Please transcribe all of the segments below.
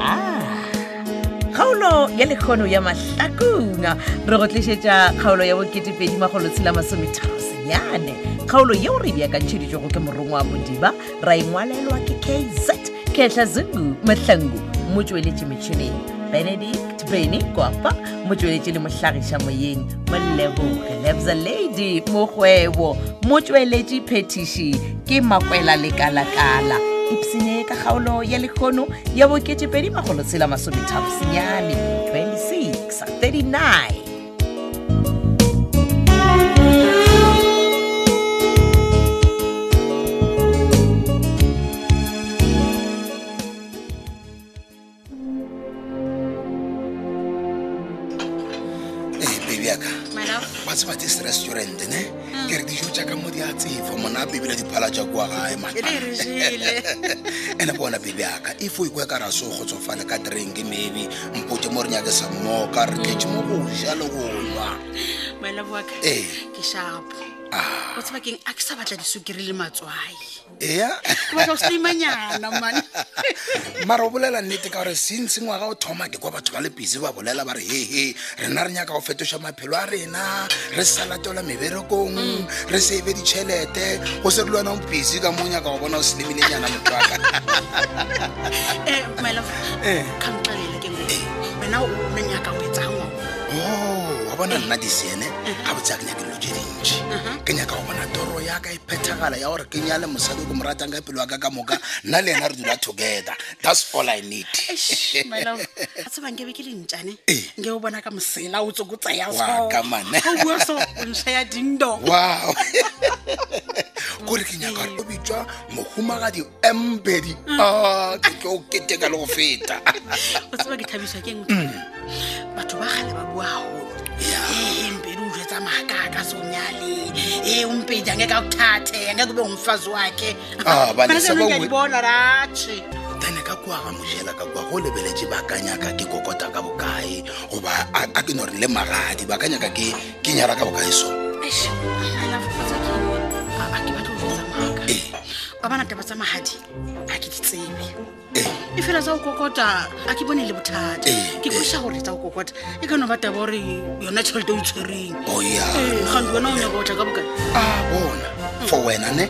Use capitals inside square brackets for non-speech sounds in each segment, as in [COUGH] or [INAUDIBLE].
Ah. ya lekgono ya mahlakong re go tlišetša kgaolo ya bo2edimagolotshelamasometharo senyane kgaolo yeo re beakantšheditšwego ke morongwa wa modiba ra engwalelwa ke kz kehla zungu mahlangu motsweletše metšhineng benedict beny kwapa motsweletše le mohlagiša moyeng moleboge lebza lady mokgwebo motsweletše phetiši ke makwela lekalakala ipsene ka kgaolo ya lekgono ya boketepedi magolotshela masometharo senyane 26 39 ee Eh, baby aka wa tseba this restaurant ne Mm. ke re dijo tja ka mo di a tsefa mona bebile diphala ja kua gae man e [LAUGHS] ene bona baby aka if o ikwe ka ra so kgotsofale ka drink maybe mpotse mo re nyake sa mmoka re ketse mo go ja le go nwa moeleboaka ee ke shapo Ah. o tseba keng a ke sa batla disukiri le matswai [LAUGHS] ea ke batla go sleimanyana [LAUGHS] mane mara o bolela nnete ka gore sentse ngwaga o thoma ke kwa batho ba le busy ba bolela ba re hehe rena re nyaka go fetoša maphelo a rena re sa latelwa meberekong re save ditšhelete go se re le wena o busy ka mo o nyaka go bona o selemilenyana motho aka Eh, moelebo Eh. ka nxelela ke ngwe wena o le nyaka o etsang ngwao Oh, wa bona nna disene ga botse a ke nyake dilo tse dintšhi ke nyaka go bona toro ya ka e phethagala ya gore ke nyale mosadi o ke mo ratang ka pelo ya ka ka moka nna le ena re dula together that's all i need [LAUGHS] moelebo a tsebang ke be ke le ntšane Eh. nke o bona ka mosela o tsokotsa ya Wa, so ka man. Ga o bua so o ntšha ya dingdong wow [LAUGHS] kore ke nyaka gore o bitswa mohumagadi embedi a Ah, ke tlo o keteka le go feta o tseba ke thabiswa ke ngwe Mm. batho ba gale ba bua gagolo ee mpedi o jetsa maakaka sonyale ee ompedi angeke a kuthathe angeke ube umfazi wakhe Ah, bane, sa ba bue- bona ratshe tane ka kua ga mojela ka kua go lebeletse baakanyaka ke kokota ka bokae goba a a ke no re le magadi baakanyaka ke ke nyara ka bokae so a ke batla o jetsa maaka ee ba bana taba tsa magadi a ke di tsebe ee e fela tsa go kokota a ke bone le bothata Eh, ke eh. kosa gore tsa go kokota e ka no ba taba gore yona tšhelete o e itshwereng o ee ya gante wena o nyaka go tla ka bokae a bona for wena ne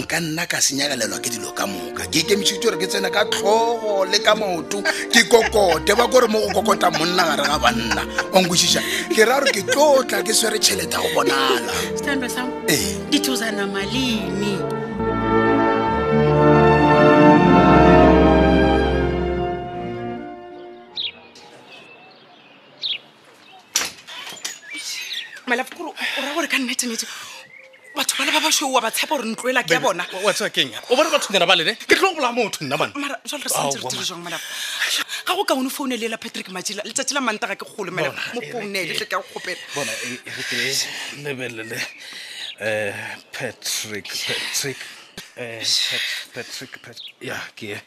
nka nna ka senyakalelwa ke dilo ka moka ke ikemišitse gore ke tsene ka tlhogo le ka maoto ke kokote ba kore mo go kokota monna gare ga banna onkwešiša ke ra gore ke tlotla ke swere tšhelete ya go bonala standwe sam ee dithuzana malini malafo kore o ra gore ka nnetennete batho bana ba basweu wa ba tshepa gore ntloela ke ya bona wa tseba keng o bona bathonyana ba lene ke tlo bola motho nna mane mara jale re santse re Aowa, dire man. jang malafo ga go kaone foune le ela patrick matšila letsatsi la manta ga ke gole malafo Bona, mo e founele re ke- tle ke ya go kgopela bona e- e re ke lebelele um patrick patrick eh, Pat- patrick Pat- ya ke e.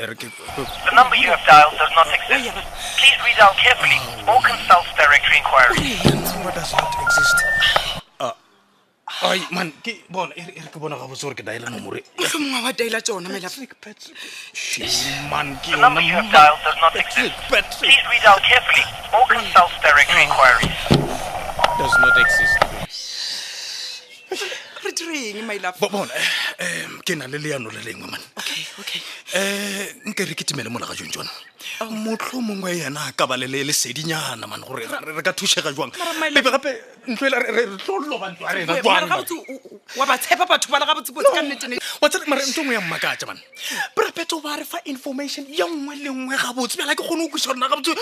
E re ke- The number you have dialed does not exist. Please read out carefully or consult directory inquiry. Number does not exist. Ah, ai man ke bona e re e re ke bona ga botse gore ke daele nomore motlho mongwe wa daela tsona malafo patrick patrick Shit, man ke The number you have dialed does Oh, not exist. patrick Please read out carefully or consult directory inquiry. does not exist re direng malafo Bo- bona eh, em, ke na le leano le lengwe mane okay okay Oh. um nke re ke temele molaga jong jona motlho mongwe yena a ka ba le le lesedinyana mane gore re re ka thušega jwang Mara my ebe gape ntlo ela re re tlo loba ntlo ya rena Mara ga jwang man? botse o- o- wa ba tshepa batho bana ga botse botse ka nnetennete wa tsena mara nto ngwe e ya mmakatša mane brapeto ba re fa information ye nngwe le nngwe ga botse bjala ke kgone go kwiša rona ga botse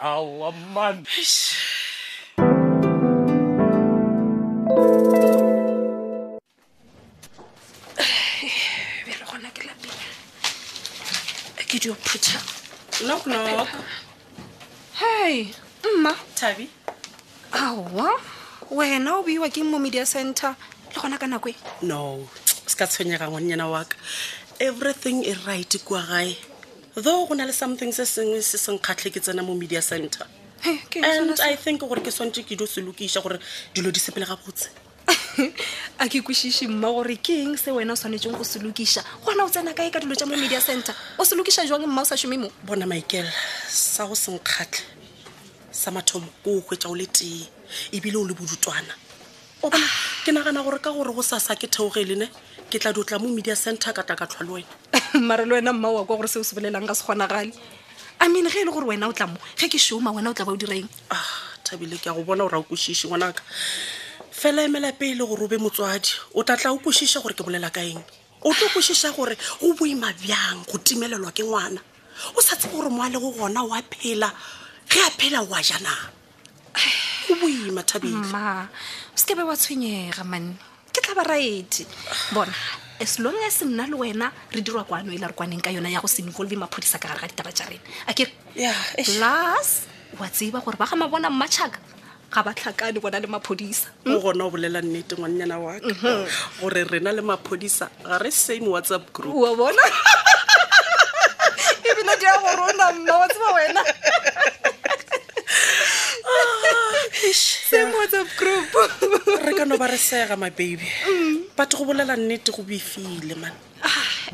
aa man bere gona ke lapeng ke dio preacher knock knock hei mma thabi aowa wena o beiwa ke mo media center le gona ka nako e no se ka tshwenyega ngwannyana wa ka everything e right kua gae though go na le something se sengwe se senkgatlhe ke tsena mo media center He, ke eng sona and se- i think gore ke swantse ke dio se lokiša gore dilo di sepele gabotse [LAUGHS] a ke kwešiše mma gore ke eng se wena o tshwanetseng go se lokiša gona o tsena kae ka dilo tša mo [LAUGHS] media center o se lokiša jwang mma o sa šome mo bona michael sa go senkgatlhe sa mathomo ko o hwetsa o le tee ebile o le bodutwana o bona ke nagana gore ka gore go sasa ke theoge lene ke tla dutla mo media center ka tla ka tlhwa le wena mare le wena mma wa kwa gore seo se bolelang ka se kgonagale i mean ge e le gore wena o tla mo ge ke shoma wena o tla ba o diraeng ah thabile ke a go bona gore a o kwešiše ngwanaka fela emela pele gore o be motswadi o tla tla o kwešiša gore ke bolela ka eng o tlo kwešiša gore go boima bjang go timelelwa ke ngwana o sa tse gore moa le go gona wa phela ge a phela wa jana go boima thabile mma o seke be wa tshwenyega manne ke tla ba raete bona as long as nna le wena re dirwa kwano e la re kwaneng ka yona ya go se involve maphodisa ka gare ga ditaba tja rena akere Yeah, eish. plus wa tseba gore ba ga mabona mmatšhaka ga ba tlhakane bona le maphodisa o gona o bolela nnete ngwannyana waka gore rena le maphodisa ga re same whatsapp group wa bona [LAUGHS] ebile di a gorona mma wa tseba wena same whatsapp group re ka no ba re sega mababy batho go bolela nnete go boifile man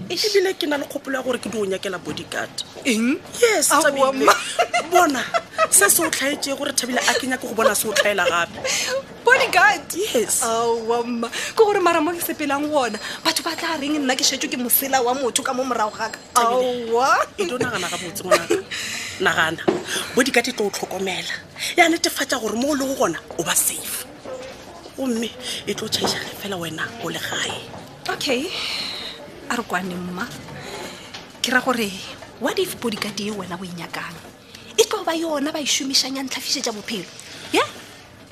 ebile ke na le kgopolo ya gore ke di o nyakela bodycard eng yes Aowa, Thabile. ma. bona se se o tlhaetse gore thabile a ke nyake go bona se o tlhaela gape bodyguard Yes. aowa mma Oh, um, ke gore mara mo ke sepelang gona batho ba tla reng nna ke shetso ke mosela wa motho ka mo morago gaka aowa e di o nagana ga botse ngwanaka nagana bodycard e tlo o tlhokomela ya netefatsa gore mo o le go gona o ba safe gomme e tlo tšhaišage fela wena o le gae okay a re kwane mma ke ra gore what if bodyguard e wena o e nyakang e tlo ba yona ba e šomišang ya ntlhafišetša bophelo ye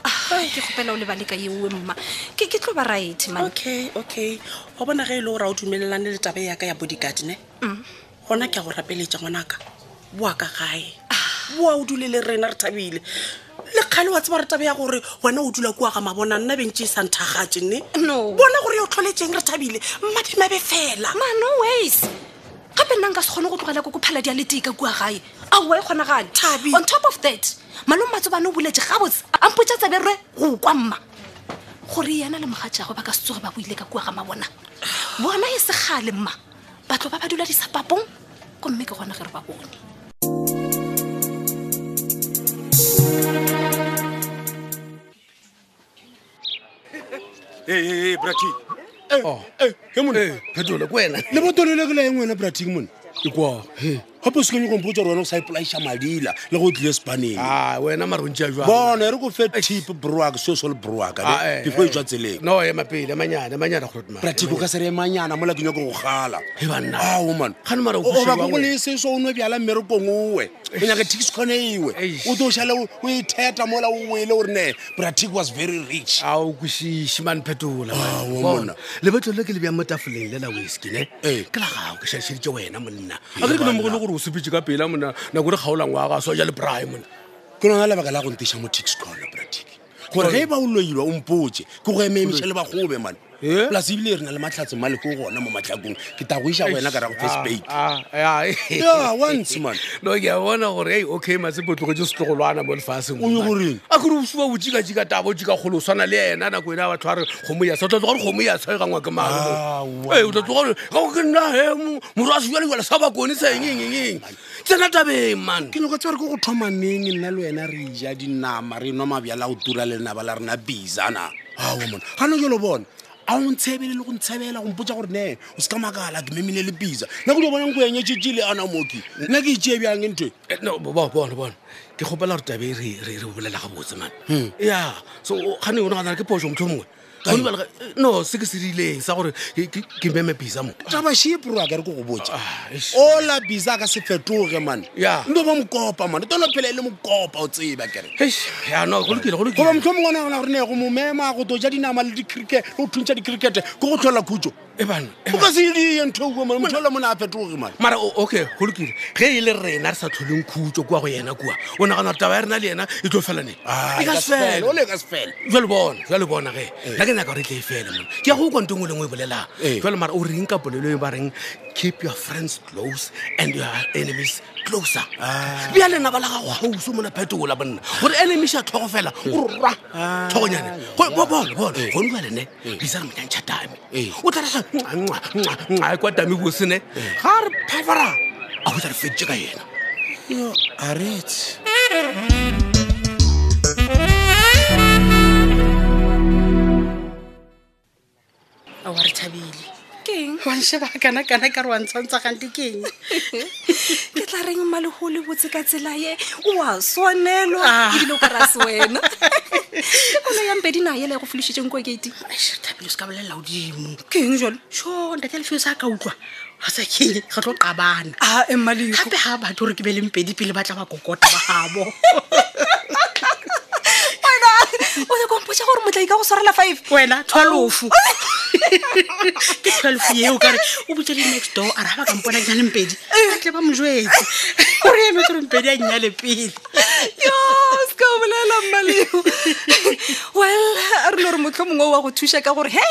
Ah, ke kgopela o lebaleka eoe mma ke ke tlo ba right man okay okay wa bona ge e le gore a o dumelelane le taba yaka ya bodyguard ne Oh. Mm. gona ke a go rapeletša ngwanaka boa ka gae boa o dule le rena re thabile le kgale wa tseba re taba ya gore wena o dula kua ga mabona nna bentse e sa nthagatse nne No. bona gore yo o tlholetseng re thabile mmadimabe fela ma no ways gape nna nka se kgone go tlogela ko kophala di a leteka kua gae aowa e kgonagale Thabi. on top of that malome matsobane o buletse gabotse a mpotsa tsaberwe go kwa mma gore yena le mogatjago ba ka se tsoge ba boile ka kua ga mabona bona e segale mma batlo ba ba dula disapapong gomme ke gona gere ba bone phetola ko wena Eh. lebotolo le ke la eng wena brating mone e kwa He. gape o se kanye kompotsa gore wena o sa ipolaiša madila le go tlile spaneng a wena marontši a bona e re ko fe tip broaka seo se le broaka ne, before e tswa tseleng no ema pele emanyane emanyane bratiko ka se re emanyana mola ke nyako go gala banna. ao Eh. man Kgane mara o o kwešiwa baka go wena. le seso o nwe bjala mmerekong owe o nyaka tix kgone ewe Eish. o to šale o e theta mola o ele gore ne bratik was very rich a o kwešiše mane phetola Ah, wa monna. lebetlolo le ke le bjang mo tafoleng le la weskine Eh. ke la gago ke šhašheditse wena monna Ee, a kere ke lemogo banna. le gore o sepitse ka pela monna nako e re kgaolang wa ga soja le brae monna ke lona lebaka la go nteša mo tix kgone bratik gore ge ba o loilwa o mpotse ke go emeemiše le bagobe mane Eh? polase ebile re na le matlhatse maleko gona mo matlhakong ke ta go iša wena ka rago first bate Ah, ah, ah, eh. Yeah, once, man. no ke a bona gore ei okay masepo tlogetse setlogolwana mo lefatsheng O yo goreng? a kore o suba o jikajika tabo jika kgolo o tshwana le ena nako ena batho ba re kgomo ya sa o tla tloga re kgomo ya sa e gangwa ke Ah, wa maee o tla tloga gore gao ke nna hemo moro a sejalejale sa bakone sa eng eng eng eng tsena tabeng man ke nyaka tse re ke go thoma neng nna le wena re ja dinama re nwa mabjala a go tura le lenaba la rena bisana ao mona gana jalo bona a o ntshebele le go ntshebela go mpotsa gore ne o se ka makala ke memile le bisa nna ke jo bonang ko enyetsetse le ana moki nna ke itsee bjang e ntho Eh, no, bo- bo- bona bona ke gopela gore tabe e re re- re bolela gabotse Hmm. mane ya so o- gane yone ganana ke phoso motlho mongwe Ga o lebala ka- eh, no se ke se rileng sa gore ke- ke ke meme bisa mo tabašepro a ka re ke go botsa Ah, eish. ola bisa a ka se fetoge mane Ya. nto ba mokopa mane tono phela e le mokopa o tseba kere Eish, ya, no, go lokile, go lokile. goba motlho mongwe nagona gore ne go mo mema go to ja dinama le dicricket le go thuntšha dicrickete ke go tlhola khutso Eh, bana, eh, o bana. ka se edie ntho e ue mone motlho ola mone a fetoge mane mara o- okay go lokile ge e le rena re sa tlholeng khutso kua go yena kua o nagana gore taba ya rena le ena e tlo fela neng Ah, E e ka ka se fele. se fele, ole e ka se fele. jale bona jale bona ge Eh. nna ke nyaka gore e tle e fele mona ke ya go kwa ntong o lengwe e bolelang Eh. jale mara o reng ka polelo e ba reng keep your friends close and your enemies closer Ah. bja lena ba la gago gauso mona phetola bonna gore enemies a tlhogo fela ore rra Ah. tlhogonyane Go- bo- bona Eh. bona gone ba lene bisa re monyantšha tame Eh. o tla rasa e Eh. a kwa tame bosene ga re phefara a go tla re feditse ka yena yo a retse ao a re thabile keng wanšhe ba kana-kana ka re wa ntshantsha gante ke eng ke tla reng mmalego le botse ka tsela ye o a swanelwa Ah. ebile o karase [LAUGHS] wena ke kona ya mpedi na yela ya go folositseng kwa kete Eish, thabile o se ka bolelela godimo ke eng jalo sho ntate lefeo sa ka utlwa ga sa keng ga tlo qabana a emmalego gape ga batho gore ke be lempedi pele ba tla ba kokota ba gabo wena o ne kompotsa gore motlai ka go swarela five wena twelofo ke twelofo eo kare o botse le next door a re ga ba kampona ke na lempedi a tle ba mojetse gore eme gore mpedi a nnyale pele yo seka o bolela mmalego well a re no re motlho mongwe wa go thuša ka gore he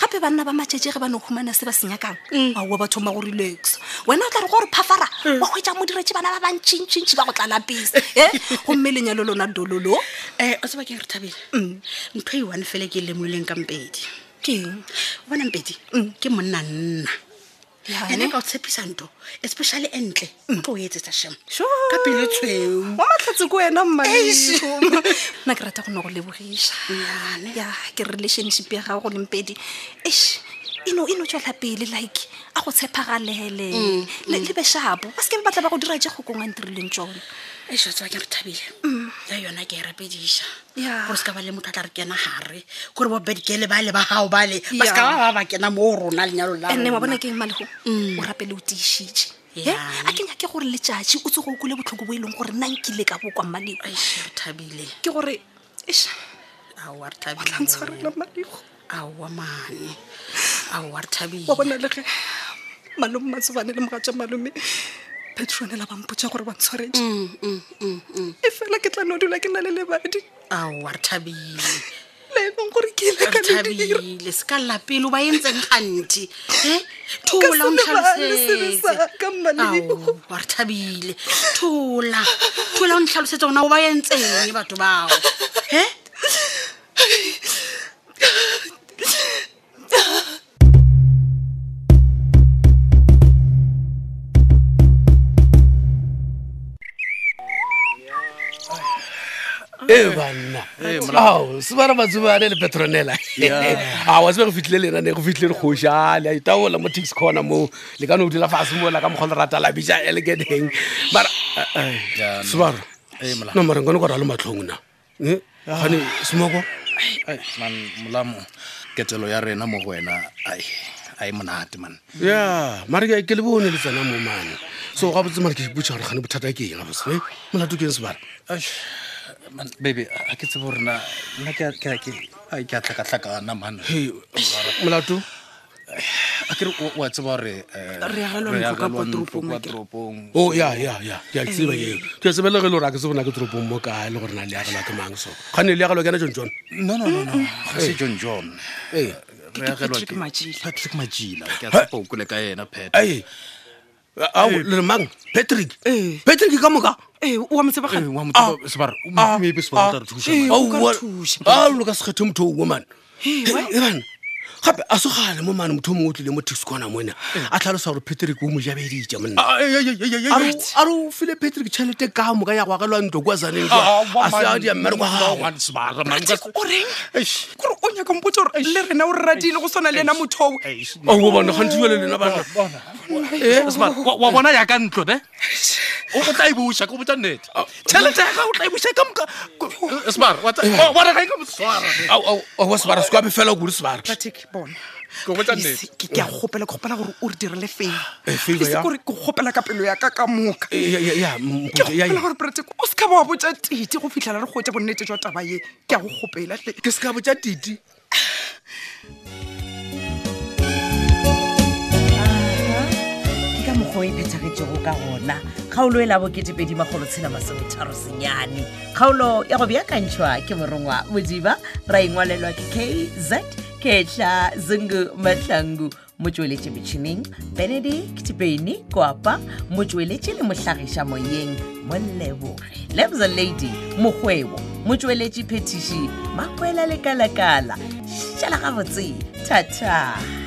gape banna ba matšatši ge ba no humana se ba se nyakang aowa ba thoma go relaxa wena o tla re gore phafara wa hwetsa mo diretse bana ba bantšhintšhintši ba go tla lapisa e gomme lenyalo lona dololo um o tsebakeng re thabile ntho e one fele ke e lemoileng ka mpedi keng o bona mpedi ke monna nna ene ka o tshepisa nto especially entle o tlo o etsetsa shemo Sure. ka pele tshweu wa matlhatse ko wena mmalego nna ke rata go ne go lebogiša Yane. ya ke relationship ya gago lempedi ash eno eno tswela e pele like a go Mm, tshepagalele le le be shapo ba seke ba batla ba go dira tse kgokong a ntirileng tsone e shatsewa ke re thabile Mm. ya yona ke e rapediša Yeah. gore se ka ba le motho a tla re kena gare gore bo bedikele bale ba gago bale ba seka Yeah. ba ba ba kena mo rona lenyalo la and-e wa rona. bona Mm. ke eng malego o rapele o tiišitše e Yane. a ke nyake gore letšatši o tsego o kole botlhoko bo e leng gore nna nkile ka bokwa malego Eish, re thabile ke gore ash aa re o tla ntshwarela malego aa mane aa re wa thabile bona le ge malome matsobane le mogatša malome petronela bampotsa gore ba ntshwaretse Mm, e fela ke tla no dula ke na le lebadi aa re thabile le e leng gore ke ile re ka le dira thabile se ka lla pele o ba entseng ganti e Ka thola o selebane le sebe sa ka, Mmaleo. wa re thabile thola thola o ntlhalosetsa gona o ba entseng batho bao e e banna Eh, ao se ba re matsobane le petronela [LAUGHS] a wa sebe go fitlhile lenane go fitlhile re kgošale a itaola mo tax corner moo le ka no o dula fase moola ka mokgwa lerata la bisa elekedeng bara eh, sebaro Eh, nomareng kane kore a le matlhong na Eh, Ah. gane semoko molamo ketelo ya rena mo go wena ai a e monate man ya mare ke- ke le bone le tsena mo mane so ga botse mare ke ipotsa gore gane bothata ke eng gabose molato ke eng sebara Man, baby a ke tsebo gorena nna ke a- ke a- ke- ai, ke a tlhakatlhakana man Hei, molato a kere o- o a tseba gore eh, Re agelwa ntlo re ka Eh, agelwa kwa ntlo toropong, kwa akere. toropong o ya ya ya ke a tseba eo ke a tseba le ge e le gore a ke se bona ke toropong mo kae le gore na le agelwa ke mang so kgane le agelwa ke ana jon jone no no no no eh, ga se john john ee re agelwa Patrick ke- Majila. patrick majila ke a tshepa o kole ka ena pet ai ao Eh. le mang patrick Ee. patrick ka moka ee o wa motsebagane Ah, ah, eh, o ka re wa- thuša, ao lo ka se kgethe motho oo mane Eh, ebana gape a se gale mo mane motho o mongwe o tlile mo tixcona mone Eh. a tlhalosa gore patrick o mo jabedija monna a re o- a re o file patrick tšhelete ka moka ya go agelwa ntlo kwa zaneng Ah, jwa, a se a dia mmere kwa gagwe o reng kore o nyaka mpotsa gore le rena o re ratile go tshwana le ena motho oo Oh, ao bona gantsi jale lena bana Eh? wa bona yaka ntlo ne o o tla e busa ko botsa nnete tšhelete ya gago o tla e busa ka moka Eh, Sbar, wa tsa- wa- wa reka e ka moswara ne. wa sebara se kwabe fela o kore sebara patrick bona Ke go botsa Please, ke ke a gopela ke gopela gore o re direle Eh, favour favore ya? gore ke gopela ka pelo ya ka ka moka Eh, ya- ya- ya, mm, ke mpotse, ya- gopela ya. gore pratic o se ka ba wa botsa tite go fitlhela re gotse bonnete jwa taba ye ke a go gopela tle ke se ka botsa titi ke ka mokgwa o e phethagetsego ka gona kgaolo e la bo2edimagolotshelamasometharosonyane kgaolo ya go beakantšhwa ke morongwa modiba ra engwalelwa ke kz ketla zungu mahlangu motsweletše metšhineng benedict beny koapa motsweletše le mohlagiša moyeng molleboge lebza lady mokgwebo motsweletše phetiši makwela lekalakala šala gabotse thata